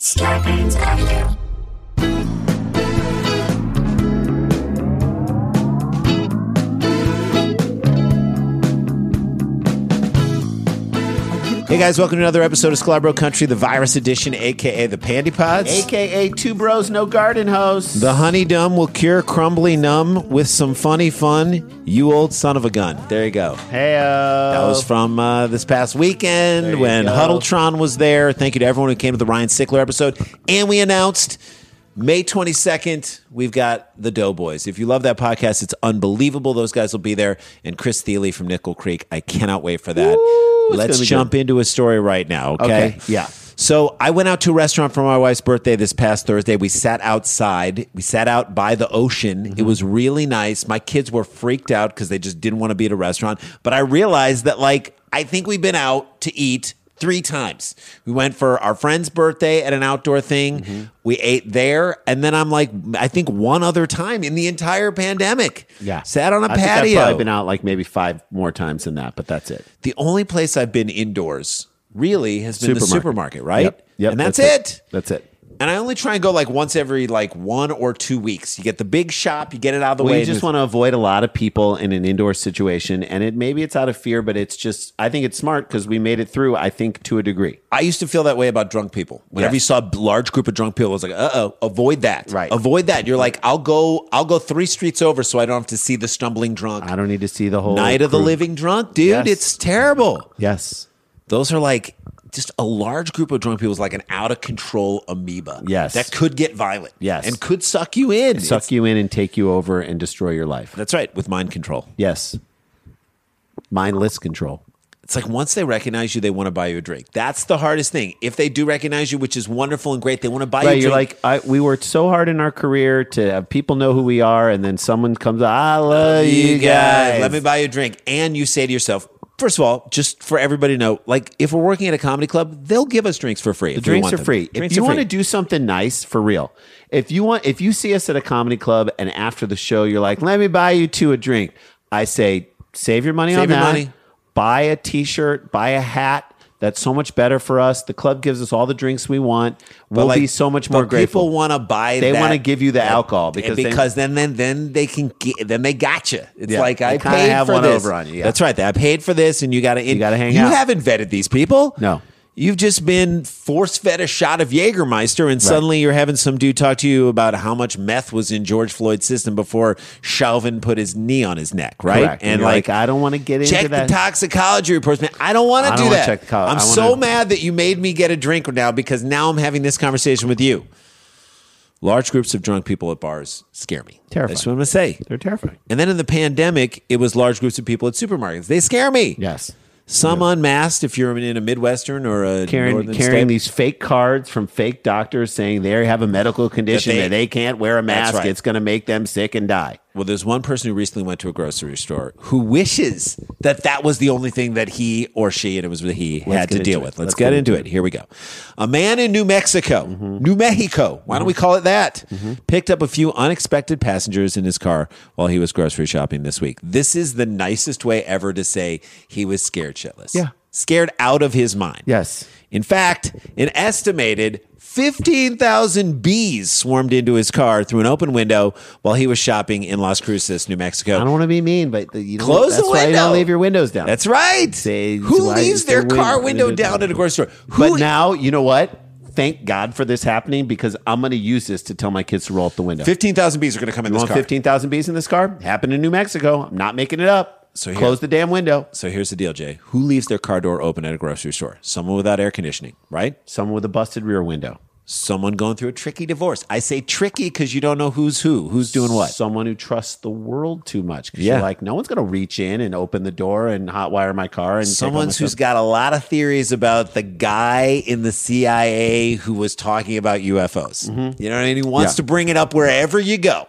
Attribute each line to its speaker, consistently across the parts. Speaker 1: Scorpions Avenue.
Speaker 2: Hey guys, welcome to another episode of Scalabro Country, the virus edition, aka the Pandy Pods.
Speaker 3: AKA Two Bros No Garden Hose.
Speaker 2: the honey dumb will cure crumbly numb with some funny fun, you old son of a gun. There you go.
Speaker 3: hey,
Speaker 2: That was from uh, this past
Speaker 3: There
Speaker 2: weekend
Speaker 3: you
Speaker 2: when
Speaker 3: go.
Speaker 2: Huddletron was there. Thank you to everyone who came to the Ryan Sickler episode. And we announced May 22nd, we've got the Doughboys. If you love that podcast, it's unbelievable. Those guys will be there. And Chris Thiele from Nickel Creek. I cannot wait for that. Let's
Speaker 3: gonna be
Speaker 2: jump into a story right now, okay?
Speaker 3: Okay, yeah.
Speaker 2: So I went out to a restaurant for my wife's birthday this past Thursday. We sat outside. We sat out by the ocean. It was really nice. My kids were freaked out because they just didn't want to be at a restaurant. But I realized that, like, I think we've been out to eat three times. We went for our friend's birthday at an outdoor thing.
Speaker 3: Mm-hmm.
Speaker 2: We ate there. And then I'm like, I think one other time in the entire pandemic.
Speaker 3: Yeah.
Speaker 2: Sat on a
Speaker 3: I think
Speaker 2: patio.
Speaker 3: I've probably been out like maybe five more times than that, but that's it.
Speaker 2: The only place I've been indoors really has been the supermarket, right?
Speaker 3: Yep. yep,
Speaker 2: And that's, it.
Speaker 3: That's it.
Speaker 2: And I only try and go like once every like one or two weeks. You get the big shop, you get it out of the
Speaker 3: Well,
Speaker 2: way.
Speaker 3: you just want to avoid a lot of people in an indoor situation, and it maybe it's out of fear, but it's just I think it's smart because we made it through. I think to a degree.
Speaker 2: I used to feel that way about drunk people. Whenever
Speaker 3: Yes.
Speaker 2: you saw a b- large group of drunk people, it was like, uh oh, avoid that.
Speaker 3: Right.
Speaker 2: Avoid that. You're like, I'll go, I'll go three streets over so I don't have to see the stumbling drunk.
Speaker 3: I don't need to see the whole
Speaker 2: Night of the
Speaker 3: crew.
Speaker 2: living drunk, dude.
Speaker 3: Yes.
Speaker 2: It's terrible.
Speaker 3: Yes,
Speaker 2: Those are like just a large group of drunk people is like an out of control amoeba.
Speaker 3: Yes.
Speaker 2: That could get violent.
Speaker 3: Yes.
Speaker 2: And could suck you in.
Speaker 3: suck
Speaker 2: It's-
Speaker 3: you in and take you over and destroy your life.
Speaker 2: That's right, with mind control.
Speaker 3: Yes, mindless control.
Speaker 2: It's like once they recognize you, they want to buy you a drink. That's the hardest thing. If they do recognize you, which is wonderful and great, they want to buy
Speaker 3: Right,
Speaker 2: you a
Speaker 3: you're
Speaker 2: drink.
Speaker 3: like I, we worked so hard in our career to have people know who we are, and then someone comes, "I love, you guys."
Speaker 2: Let me buy you a drink. And you say to yourself, first of all, just for everybody to know, like if we're working at a comedy club, they'll give us drinks for free.
Speaker 3: the drinks are free. if you want to do something nice for real, if you want, if you see us at a comedy club and after the show you're like, "Let me buy you two a drink," I say, save your money
Speaker 2: Save
Speaker 3: on
Speaker 2: your
Speaker 3: that.
Speaker 2: money.
Speaker 3: Buy a T-shirt, buy a hat. That's so much better for us. The club gives us all the drinks we want. We'll be so much more grateful.
Speaker 2: People want to buy.
Speaker 3: They
Speaker 2: that-
Speaker 3: wanna give you the alcohol
Speaker 2: and
Speaker 3: because they-
Speaker 2: because then then then they can get then they got you. It's
Speaker 3: Yeah,
Speaker 2: like
Speaker 3: they
Speaker 2: I
Speaker 3: kinda
Speaker 2: paid
Speaker 3: have
Speaker 2: for
Speaker 3: one
Speaker 2: this.
Speaker 3: over on you, yeah.
Speaker 2: That's right. I paid for this, and you got to you
Speaker 3: gotta hang
Speaker 2: You
Speaker 3: out.
Speaker 2: haven't vetted these people.
Speaker 3: No.
Speaker 2: You've just been force fed a shot of Jägermeister, and suddenly you're having some dude talk to you about how much meth was in George Floyd's system before Chauvin put his knee on his neck, right?
Speaker 3: Correct. And you're like, I don't wanna get into
Speaker 2: check
Speaker 3: that.
Speaker 2: the toxicology reports, man. I don't want
Speaker 3: I
Speaker 2: to do
Speaker 3: don't wanna
Speaker 2: that.
Speaker 3: check the col-
Speaker 2: I'm
Speaker 3: I
Speaker 2: so
Speaker 3: wanna-
Speaker 2: mad that you made me get a drink now because now I'm having this conversation with you. Large groups of drunk people at bars scare me.
Speaker 3: Terrifying.
Speaker 2: That's what I'm gonna say.
Speaker 3: They're terrifying.
Speaker 2: And then in the pandemic, it was large groups of people at supermarkets. They scare me.
Speaker 3: Yes.
Speaker 2: Some unmasked if you're in a Midwestern or a
Speaker 3: carrying
Speaker 2: northern
Speaker 3: carrying
Speaker 2: state.
Speaker 3: these fake cards from fake doctors saying they have a medical condition
Speaker 2: That
Speaker 3: that
Speaker 2: they-
Speaker 3: they, can't wear a
Speaker 2: That's
Speaker 3: mask.
Speaker 2: right.
Speaker 3: It's going to make them sick and die.
Speaker 2: Well, there's one person who recently went to a grocery store who wishes that that was the only thing that he or she, and it was the he, had
Speaker 3: Let's
Speaker 2: to
Speaker 3: get
Speaker 2: deal
Speaker 3: into it. Mm-hmm.
Speaker 2: with. Let's, get, into it. Here we go. A man in New Mexico, New Mexico, why don't we call it that? Picked up a few unexpected passengers in his car while he was grocery shopping this week. This is the nicest way ever to say he was scared shitless.
Speaker 3: Yeah.
Speaker 2: Scared out of his mind.
Speaker 3: Yes.
Speaker 2: In fact, an estimated 15,000 bees swarmed into his car through an open window while he was shopping in Las Cruces, New Mexico.
Speaker 3: I don't want to be mean, but the, you don't-
Speaker 2: Close
Speaker 3: that's
Speaker 2: the window.
Speaker 3: Why you don't leave your windows down.
Speaker 2: That's right.
Speaker 3: Say-
Speaker 2: Who
Speaker 3: why
Speaker 2: leaves
Speaker 3: is
Speaker 2: their
Speaker 3: the
Speaker 2: car
Speaker 3: win-
Speaker 2: window down at a grocery store? Who
Speaker 3: But now you know what? thank God for this happening because I'm going to use this to tell my kids to roll up the window.
Speaker 2: Fifteen thousand bees are going to come in
Speaker 3: you
Speaker 2: this
Speaker 3: want
Speaker 2: car.
Speaker 3: 15,000 bees in this car? Happened in New Mexico. I'm not making it up.
Speaker 2: So
Speaker 3: So
Speaker 2: here-
Speaker 3: Close the damn window.
Speaker 2: So here's the deal, Jay. Who leaves their car door open at a grocery store? Someone without air conditioning, right?
Speaker 3: Someone with a busted rear window.
Speaker 2: Someone going through a tricky divorce. I say tricky because you don't know who's who. Who's doing what?
Speaker 3: Someone who trusts the world too much. 'Cause
Speaker 2: Yeah.
Speaker 3: You're like, no one's going to reach in and open the door and hotwire my car. And take all my
Speaker 2: Someone's who's
Speaker 3: stuff."
Speaker 2: got a lot of theories about the guy in the CIA who was talking about UFOs. You know what I mean? He wants
Speaker 3: Mm-hmm. Yeah. Mm-hmm.
Speaker 2: to bring it up wherever you go.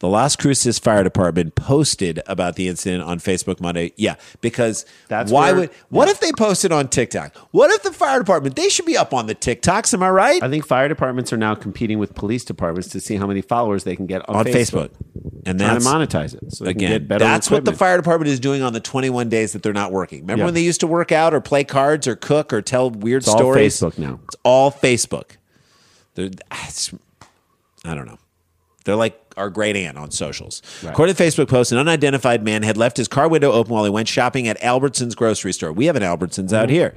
Speaker 2: The Las Cruces Fire Department posted about the incident on Facebook Monday. Yeah, because
Speaker 3: That's
Speaker 2: why
Speaker 3: where-
Speaker 2: would what if they posted on TikTok? What if the fire department? They should be up on the TikToks. Am I right?
Speaker 3: I think fire departments are now competing with police departments to see how many followers they can get on,
Speaker 2: on
Speaker 3: Facebook.
Speaker 2: Facebook, and
Speaker 3: Trying
Speaker 2: that's
Speaker 3: to monetize it. So they can
Speaker 2: again.
Speaker 3: get better
Speaker 2: That's what the
Speaker 3: equipment.
Speaker 2: fire department is doing on the 21 days that they're not working. Remember
Speaker 3: Yeah.
Speaker 2: when they used to work out or play cards or cook or tell weird
Speaker 3: all
Speaker 2: stories?
Speaker 3: Facebook now.
Speaker 2: It's all Facebook. They're, it's- I don't know. They're like our great aunt on socials. According to the Facebook post, an unidentified man had left his car window open while he went shopping at Albertsons grocery store. We have an Albertsons out here.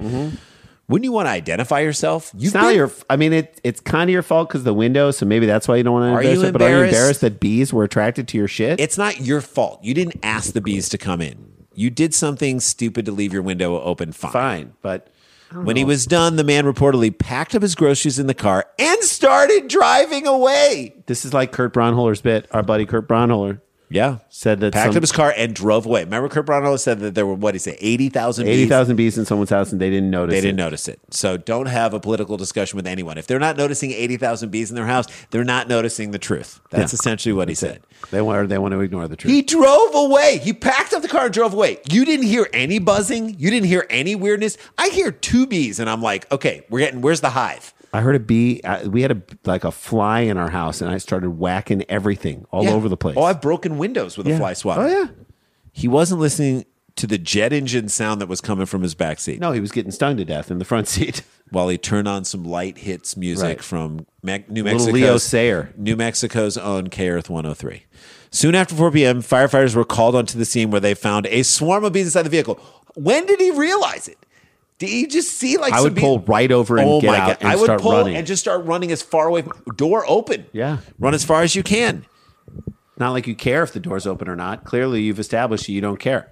Speaker 2: Wouldn't you want to identify yourself? You've
Speaker 3: Mm-hmm. It's not
Speaker 2: been-
Speaker 3: your. I mean, it, it's kind of your fault because the window. So maybe that's why you don't want to
Speaker 2: Are
Speaker 3: embarrass
Speaker 2: you
Speaker 3: it. But are you
Speaker 2: embarrassed?
Speaker 3: embarrassed that bees were attracted to your shit?
Speaker 2: it's not your fault. You didn't ask the bees to come in. You did something stupid to leave your window open. Fine.
Speaker 3: fine, but
Speaker 2: When he was done, the man reportedly packed up his groceries in the car and started driving away.
Speaker 3: this is like Kurt Braunholer's bit. Our buddy Kurt Braunholer
Speaker 2: Yeah.
Speaker 3: said that
Speaker 2: Packed
Speaker 3: some-
Speaker 2: up his car and drove away. Remember, Kurt Brownell said that there were, what he said, 80,000 bees?
Speaker 3: eighty thousand bees in someone's house and they didn't notice.
Speaker 2: They didn't
Speaker 3: it.
Speaker 2: notice it. So don't have a political discussion with anyone. If they're not noticing 80,000 bees in their house, they're not noticing the truth. That's
Speaker 3: Yeah.
Speaker 2: essentially what he said.
Speaker 3: They want. Or they want to ignore the truth.
Speaker 2: He drove away. He packed up the car and drove away. You didn't hear any buzzing. You didn't hear any weirdness. I hear two bees and I'm like, okay, we're getting, where's the hive?
Speaker 3: I heard a bee. I, we had a like a fly in our house, and I started whacking everything all
Speaker 2: Yeah.
Speaker 3: over the place.
Speaker 2: Oh, I've broken windows with a
Speaker 3: Yeah.
Speaker 2: fly swatter.
Speaker 3: Oh yeah.
Speaker 2: He wasn't listening to the jet engine sound that was coming from his backseat
Speaker 3: No, he was getting stung to death in the front seat.
Speaker 2: while he turned on some light hits music
Speaker 3: Right.
Speaker 2: from Me- New
Speaker 3: Little
Speaker 2: Mexico's
Speaker 3: Leo Sayer.
Speaker 2: New Mexico's own K Earth 103. Soon after 4 p.m., firefighters were called onto the scene where they found a swarm of bees inside the vehicle. When did he realize it? Did he just see like
Speaker 3: I
Speaker 2: some
Speaker 3: would
Speaker 2: bee-
Speaker 3: pull right over and
Speaker 2: oh
Speaker 3: get
Speaker 2: my
Speaker 3: out
Speaker 2: God.
Speaker 3: and
Speaker 2: I would
Speaker 3: start
Speaker 2: pull
Speaker 3: running.
Speaker 2: and just start running as far away from door open.
Speaker 3: Yeah.
Speaker 2: Run as far as you can.
Speaker 3: Not like you care if the door's open or not. Clearly, you've established you don't care.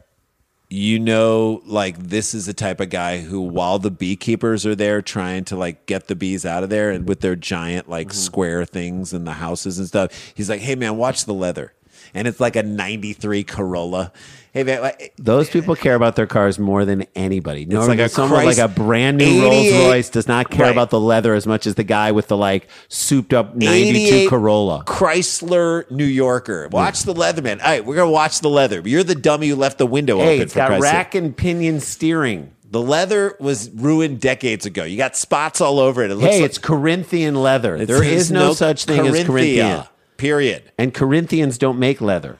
Speaker 2: you know, like this is the type of guy who, while the beekeepers are there trying to like get the bees out of there and with their giant like
Speaker 3: Mm-hmm.
Speaker 2: square things and the houses and stuff, he's like, "Hey man, watch the leather," and it's like a '93 Corolla. Hey man, like,
Speaker 3: Those people care about their cars more than anybody. No,
Speaker 2: like
Speaker 3: like
Speaker 2: a
Speaker 3: a someone
Speaker 2: Christ-
Speaker 3: like a brand new Rolls
Speaker 2: 88
Speaker 3: Royce does not care
Speaker 2: Right.
Speaker 3: about the leather as much as the guy with the like souped up ninety
Speaker 2: 88
Speaker 3: two Corolla.
Speaker 2: Chrysler New Yorker. Watch the leather, man. All right, we're gonna watch the leather. You're the dummy who left the window
Speaker 3: Hey,
Speaker 2: open.
Speaker 3: it's
Speaker 2: for
Speaker 3: got
Speaker 2: Christ's sake.
Speaker 3: rack and pinion steering.
Speaker 2: The leather was ruined decades ago. You got spots all over it. it looks
Speaker 3: Hey,
Speaker 2: like-
Speaker 3: it's Corinthian leather. there
Speaker 2: there's
Speaker 3: is no, such thing as Corinthian,
Speaker 2: Corinthia, Period.
Speaker 3: and Corinthians don't make leather.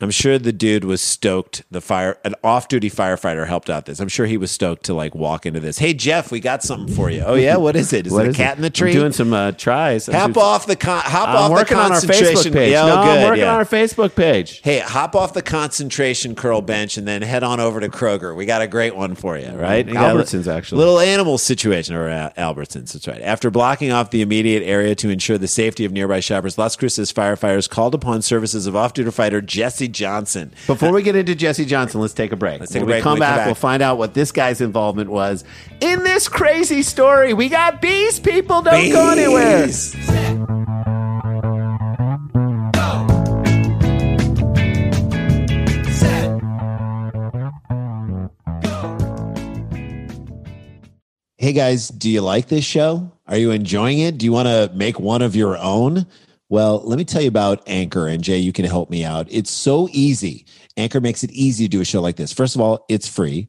Speaker 2: I'm sure the dude was stoked. The fire, an off-duty firefighter helped out this. I'm sure he was stoked to like walk into this. Hey Jeff, we got something for you. Oh yeah, what is it? Is
Speaker 3: What
Speaker 2: it a
Speaker 3: is
Speaker 2: cat
Speaker 3: it?
Speaker 2: in the tree?
Speaker 3: I'm doing some uh, tries. I'm
Speaker 2: hop
Speaker 3: doing-
Speaker 2: off the con- hop
Speaker 3: I'm
Speaker 2: off
Speaker 3: working
Speaker 2: the
Speaker 3: on our
Speaker 2: concentration.
Speaker 3: Facebook page.
Speaker 2: Yeah,
Speaker 3: no,
Speaker 2: oh, good.
Speaker 3: I'm working
Speaker 2: yeah.
Speaker 3: on our Facebook page.
Speaker 2: hey, hop off the concentration curl bench and then head on over to Kroger. We got a great one for you, right? You got a
Speaker 3: Albertsons,
Speaker 2: li-
Speaker 3: actually.
Speaker 2: Little animal situation, or uh, Albertsons, that's right. After blocking off the immediate area to ensure the safety of nearby shoppers, Las Cruces firefighters called upon services of off duty fighter Jesse Johnson.
Speaker 3: Before we get into Jesse Johnson, let's take a break.
Speaker 2: Let's take a
Speaker 3: when
Speaker 2: break.
Speaker 3: We come,
Speaker 2: When we come
Speaker 3: back,
Speaker 2: back-
Speaker 3: We'll find out what this guy's involvement was in this crazy story. We got bees, people. Don't go anywhere.
Speaker 2: Bees. Hey guys, do you like this show? Are you enjoying it? Do you want to make one of your own? Well, let me tell you about Anchor, and Jay, you can help me out. It's so easy. Anchor makes it easy to do a show like this. First of all, it's free.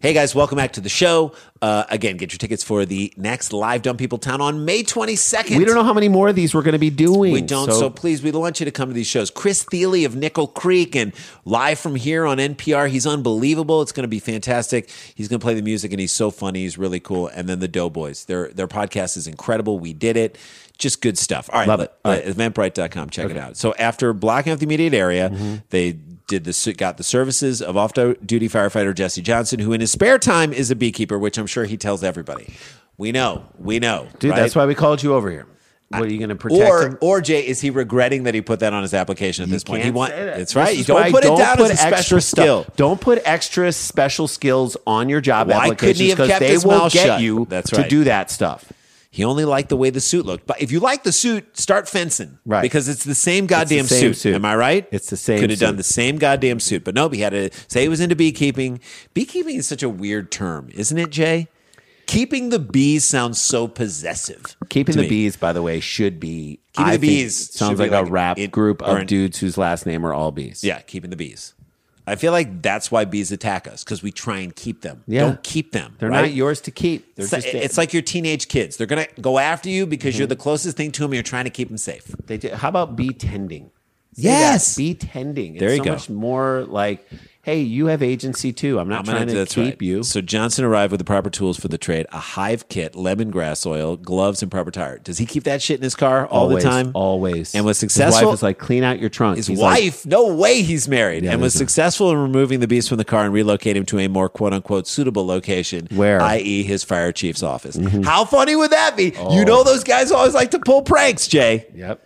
Speaker 2: Hey guys, welcome back to the show. Uh, again, get your tickets for the next live Dumb People Town on May 22nd.
Speaker 3: We don't know how many more of these we're going to be doing.
Speaker 2: We don't. So, please, we want you to come to these shows. Chris Thiele of Nickel Creek and live from here on NPR. He's unbelievable. It's going to be fantastic. He's going to play the music and he's so funny. He's really cool. And then the Doughboys. Their their podcast is incredible. We did it. Just good stuff. All right.
Speaker 3: Love it. All right.
Speaker 2: Eventbrite.com. Check it out. So after blocking out the immediate area,
Speaker 3: Mm-hmm.
Speaker 2: they did the got the services of off duty firefighter Jesse Johnson, who in his spare time is a beekeeper, which I'm sure he tells everybody. We know, we know,
Speaker 3: dude,
Speaker 2: right?
Speaker 3: that's why we called you over here. What are you going to protect?
Speaker 2: or
Speaker 3: him?
Speaker 2: or Jay, is he regretting that he put that on his application at this point? He
Speaker 3: Can't
Speaker 2: want
Speaker 3: say that.
Speaker 2: it's
Speaker 3: This
Speaker 2: right.
Speaker 3: is
Speaker 2: You don't
Speaker 3: why
Speaker 2: put it
Speaker 3: don't
Speaker 2: down as
Speaker 3: put
Speaker 2: a special
Speaker 3: extra
Speaker 2: skill.
Speaker 3: stuff- Don't put extra special skills on your job
Speaker 2: Why couldn't he
Speaker 3: applications
Speaker 2: have
Speaker 3: because
Speaker 2: kept
Speaker 3: they
Speaker 2: his
Speaker 3: will
Speaker 2: mouth
Speaker 3: get
Speaker 2: shut?
Speaker 3: you
Speaker 2: That's
Speaker 3: to
Speaker 2: right.
Speaker 3: do that stuff.
Speaker 2: He only liked the way the suit looked. But if you like the suit, start fencing,
Speaker 3: Right.
Speaker 2: Because it's the same goddamn
Speaker 3: same
Speaker 2: suit.
Speaker 3: suit.
Speaker 2: Am I right?
Speaker 3: It's the same
Speaker 2: Could have done
Speaker 3: suit.
Speaker 2: the same goddamn suit, but no. He had to say he was into beekeeping. Beekeeping is such a weird term, isn't it, Jay? Keeping the bees sounds so possessive.
Speaker 3: Keeping
Speaker 2: to
Speaker 3: the
Speaker 2: me.
Speaker 3: bees, by the way, should be.
Speaker 2: Keeping
Speaker 3: I
Speaker 2: the
Speaker 3: think
Speaker 2: bees should
Speaker 3: sounds
Speaker 2: be
Speaker 3: like,
Speaker 2: like
Speaker 3: a rap
Speaker 2: it-
Speaker 3: group
Speaker 2: or
Speaker 3: of
Speaker 2: an-
Speaker 3: dudes whose last name are all bees.
Speaker 2: Yeah, keeping the bees. I feel like that's why bees attack us because we try and keep them.
Speaker 3: Yeah.
Speaker 2: Don't keep them.
Speaker 3: they're
Speaker 2: right?
Speaker 3: not yours to keep. They're
Speaker 2: It's,
Speaker 3: just.
Speaker 2: like, it's like your teenage kids. They're going to go after you because you're the closest thing to them. You're trying to keep them safe.
Speaker 3: They do. How about bee tending? Say
Speaker 2: Yes.
Speaker 3: that, bee tending. It's
Speaker 2: There you
Speaker 3: so
Speaker 2: go.
Speaker 3: much more like, hey, you have agency too. I'm not
Speaker 2: I'm
Speaker 3: trying
Speaker 2: gonna-
Speaker 3: to keep you.
Speaker 2: So Johnson arrived with the proper tools for the trade: a hive kit, lemongrass oil, gloves, and proper tire. Does he keep that shit in his car all
Speaker 3: always,
Speaker 2: the time?
Speaker 3: always.
Speaker 2: And was
Speaker 3: His
Speaker 2: successful.
Speaker 3: wife is like, clean out your trunk.
Speaker 2: his
Speaker 3: He's like,
Speaker 2: wife, no way he's married,
Speaker 3: Yeah,
Speaker 2: and was
Speaker 3: there's no-
Speaker 2: successful in removing the beast from the car and relocate him to a more quote unquote suitable location,
Speaker 3: Where? Mm-hmm.
Speaker 2: i.e., his fire chief's office. How funny would that be?
Speaker 3: Oh.
Speaker 2: You know, those guys always like to pull pranks, Jay.
Speaker 3: Yep.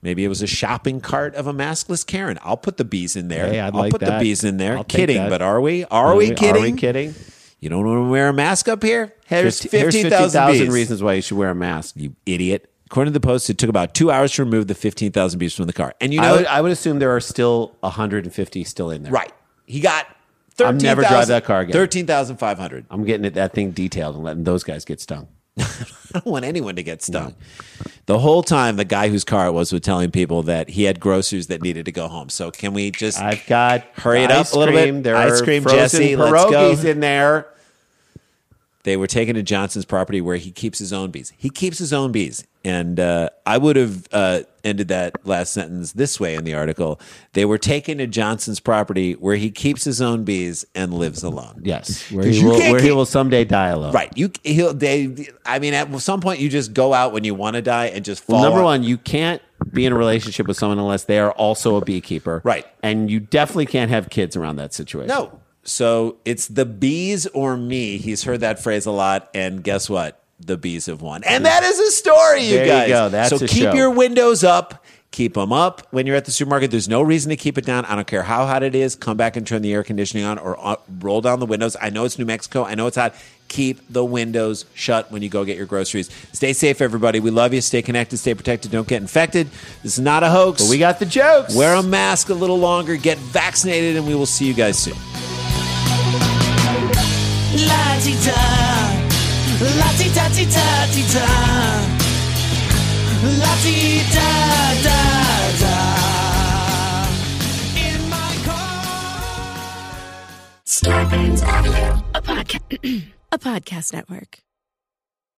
Speaker 2: Maybe it was a shopping cart of a maskless Karen. I'll put the bees in there.
Speaker 3: Hey, I'd
Speaker 2: will
Speaker 3: like
Speaker 2: put the
Speaker 3: that.
Speaker 2: bees in there.
Speaker 3: I'll take
Speaker 2: kidding,
Speaker 3: that.
Speaker 2: but are we? Are, we kidding?
Speaker 3: Are we kidding?
Speaker 2: You don't want to wear a mask up here? Here's
Speaker 3: Fifty- here's
Speaker 2: 15,000 bees.
Speaker 3: reasons why you should wear a mask.
Speaker 2: You idiot. According to the Post, it took about two hours to remove the 15,000 bees from the car. And you
Speaker 3: I,
Speaker 2: know,
Speaker 3: would, I would assume there are still 150 still in there.
Speaker 2: right. He got 13,000.
Speaker 3: I'm never drive that car again.
Speaker 2: 13,500.
Speaker 3: I'm getting it, that thing detailed and letting those guys get stung.
Speaker 2: I don't want anyone to get stung. The whole time, the guy whose car it was was telling people that he had groceries that needed to go home. So can we just
Speaker 3: I've got
Speaker 2: Hurry it
Speaker 3: ice
Speaker 2: up a little bit.
Speaker 3: cream. There
Speaker 2: Ice
Speaker 3: are
Speaker 2: cream,
Speaker 3: frozen
Speaker 2: Jesse. Let's
Speaker 3: pierogies
Speaker 2: go.
Speaker 3: in there.
Speaker 2: they were taken to Johnson's property where he keeps his own bees. He keeps his own bees. And uh, I would have uh, ended that last sentence this way in the article. They were taken to Johnson's property where he keeps his own bees and lives alone.
Speaker 3: Yes, where
Speaker 2: 'Cause
Speaker 3: he
Speaker 2: you
Speaker 3: will,
Speaker 2: can't
Speaker 3: where he
Speaker 2: keep-
Speaker 3: will someday die alone.
Speaker 2: Right. You he'll they I mean at some point you just go out when you want to die and just fall
Speaker 3: Well, number
Speaker 2: on-
Speaker 3: one, you can't be in a relationship with someone unless they are also a beekeeper.
Speaker 2: Right.
Speaker 3: And you definitely can't have kids around that situation.
Speaker 2: No. So it's the bees or me. He's heard that phrase a lot. And guess what? The bees have won. And that is a story, you
Speaker 3: There you
Speaker 2: guys.
Speaker 3: go. That's
Speaker 2: so
Speaker 3: a
Speaker 2: keep
Speaker 3: show.
Speaker 2: your windows up. Keep them up when you're at the supermarket. There's no reason to keep it down. I don't care how hot it is. Come back and turn the air conditioning on or uh, roll down the windows. I know it's New Mexico. I know it's hot. Keep the windows shut when you go get your groceries. Stay safe, everybody. We love you. Stay connected. Stay protected. Don't get infected. This is not a hoax.
Speaker 3: But we got the jokes.
Speaker 2: Wear a mask a little longer. Get vaccinated, and we will see you guys soon.
Speaker 4: La-ti-ta, la-ti-ta-ti-ta-ti-ta, la-ti-da-da-da. In my car.
Speaker 1: Scorpions Avenue.
Speaker 5: a podcast network.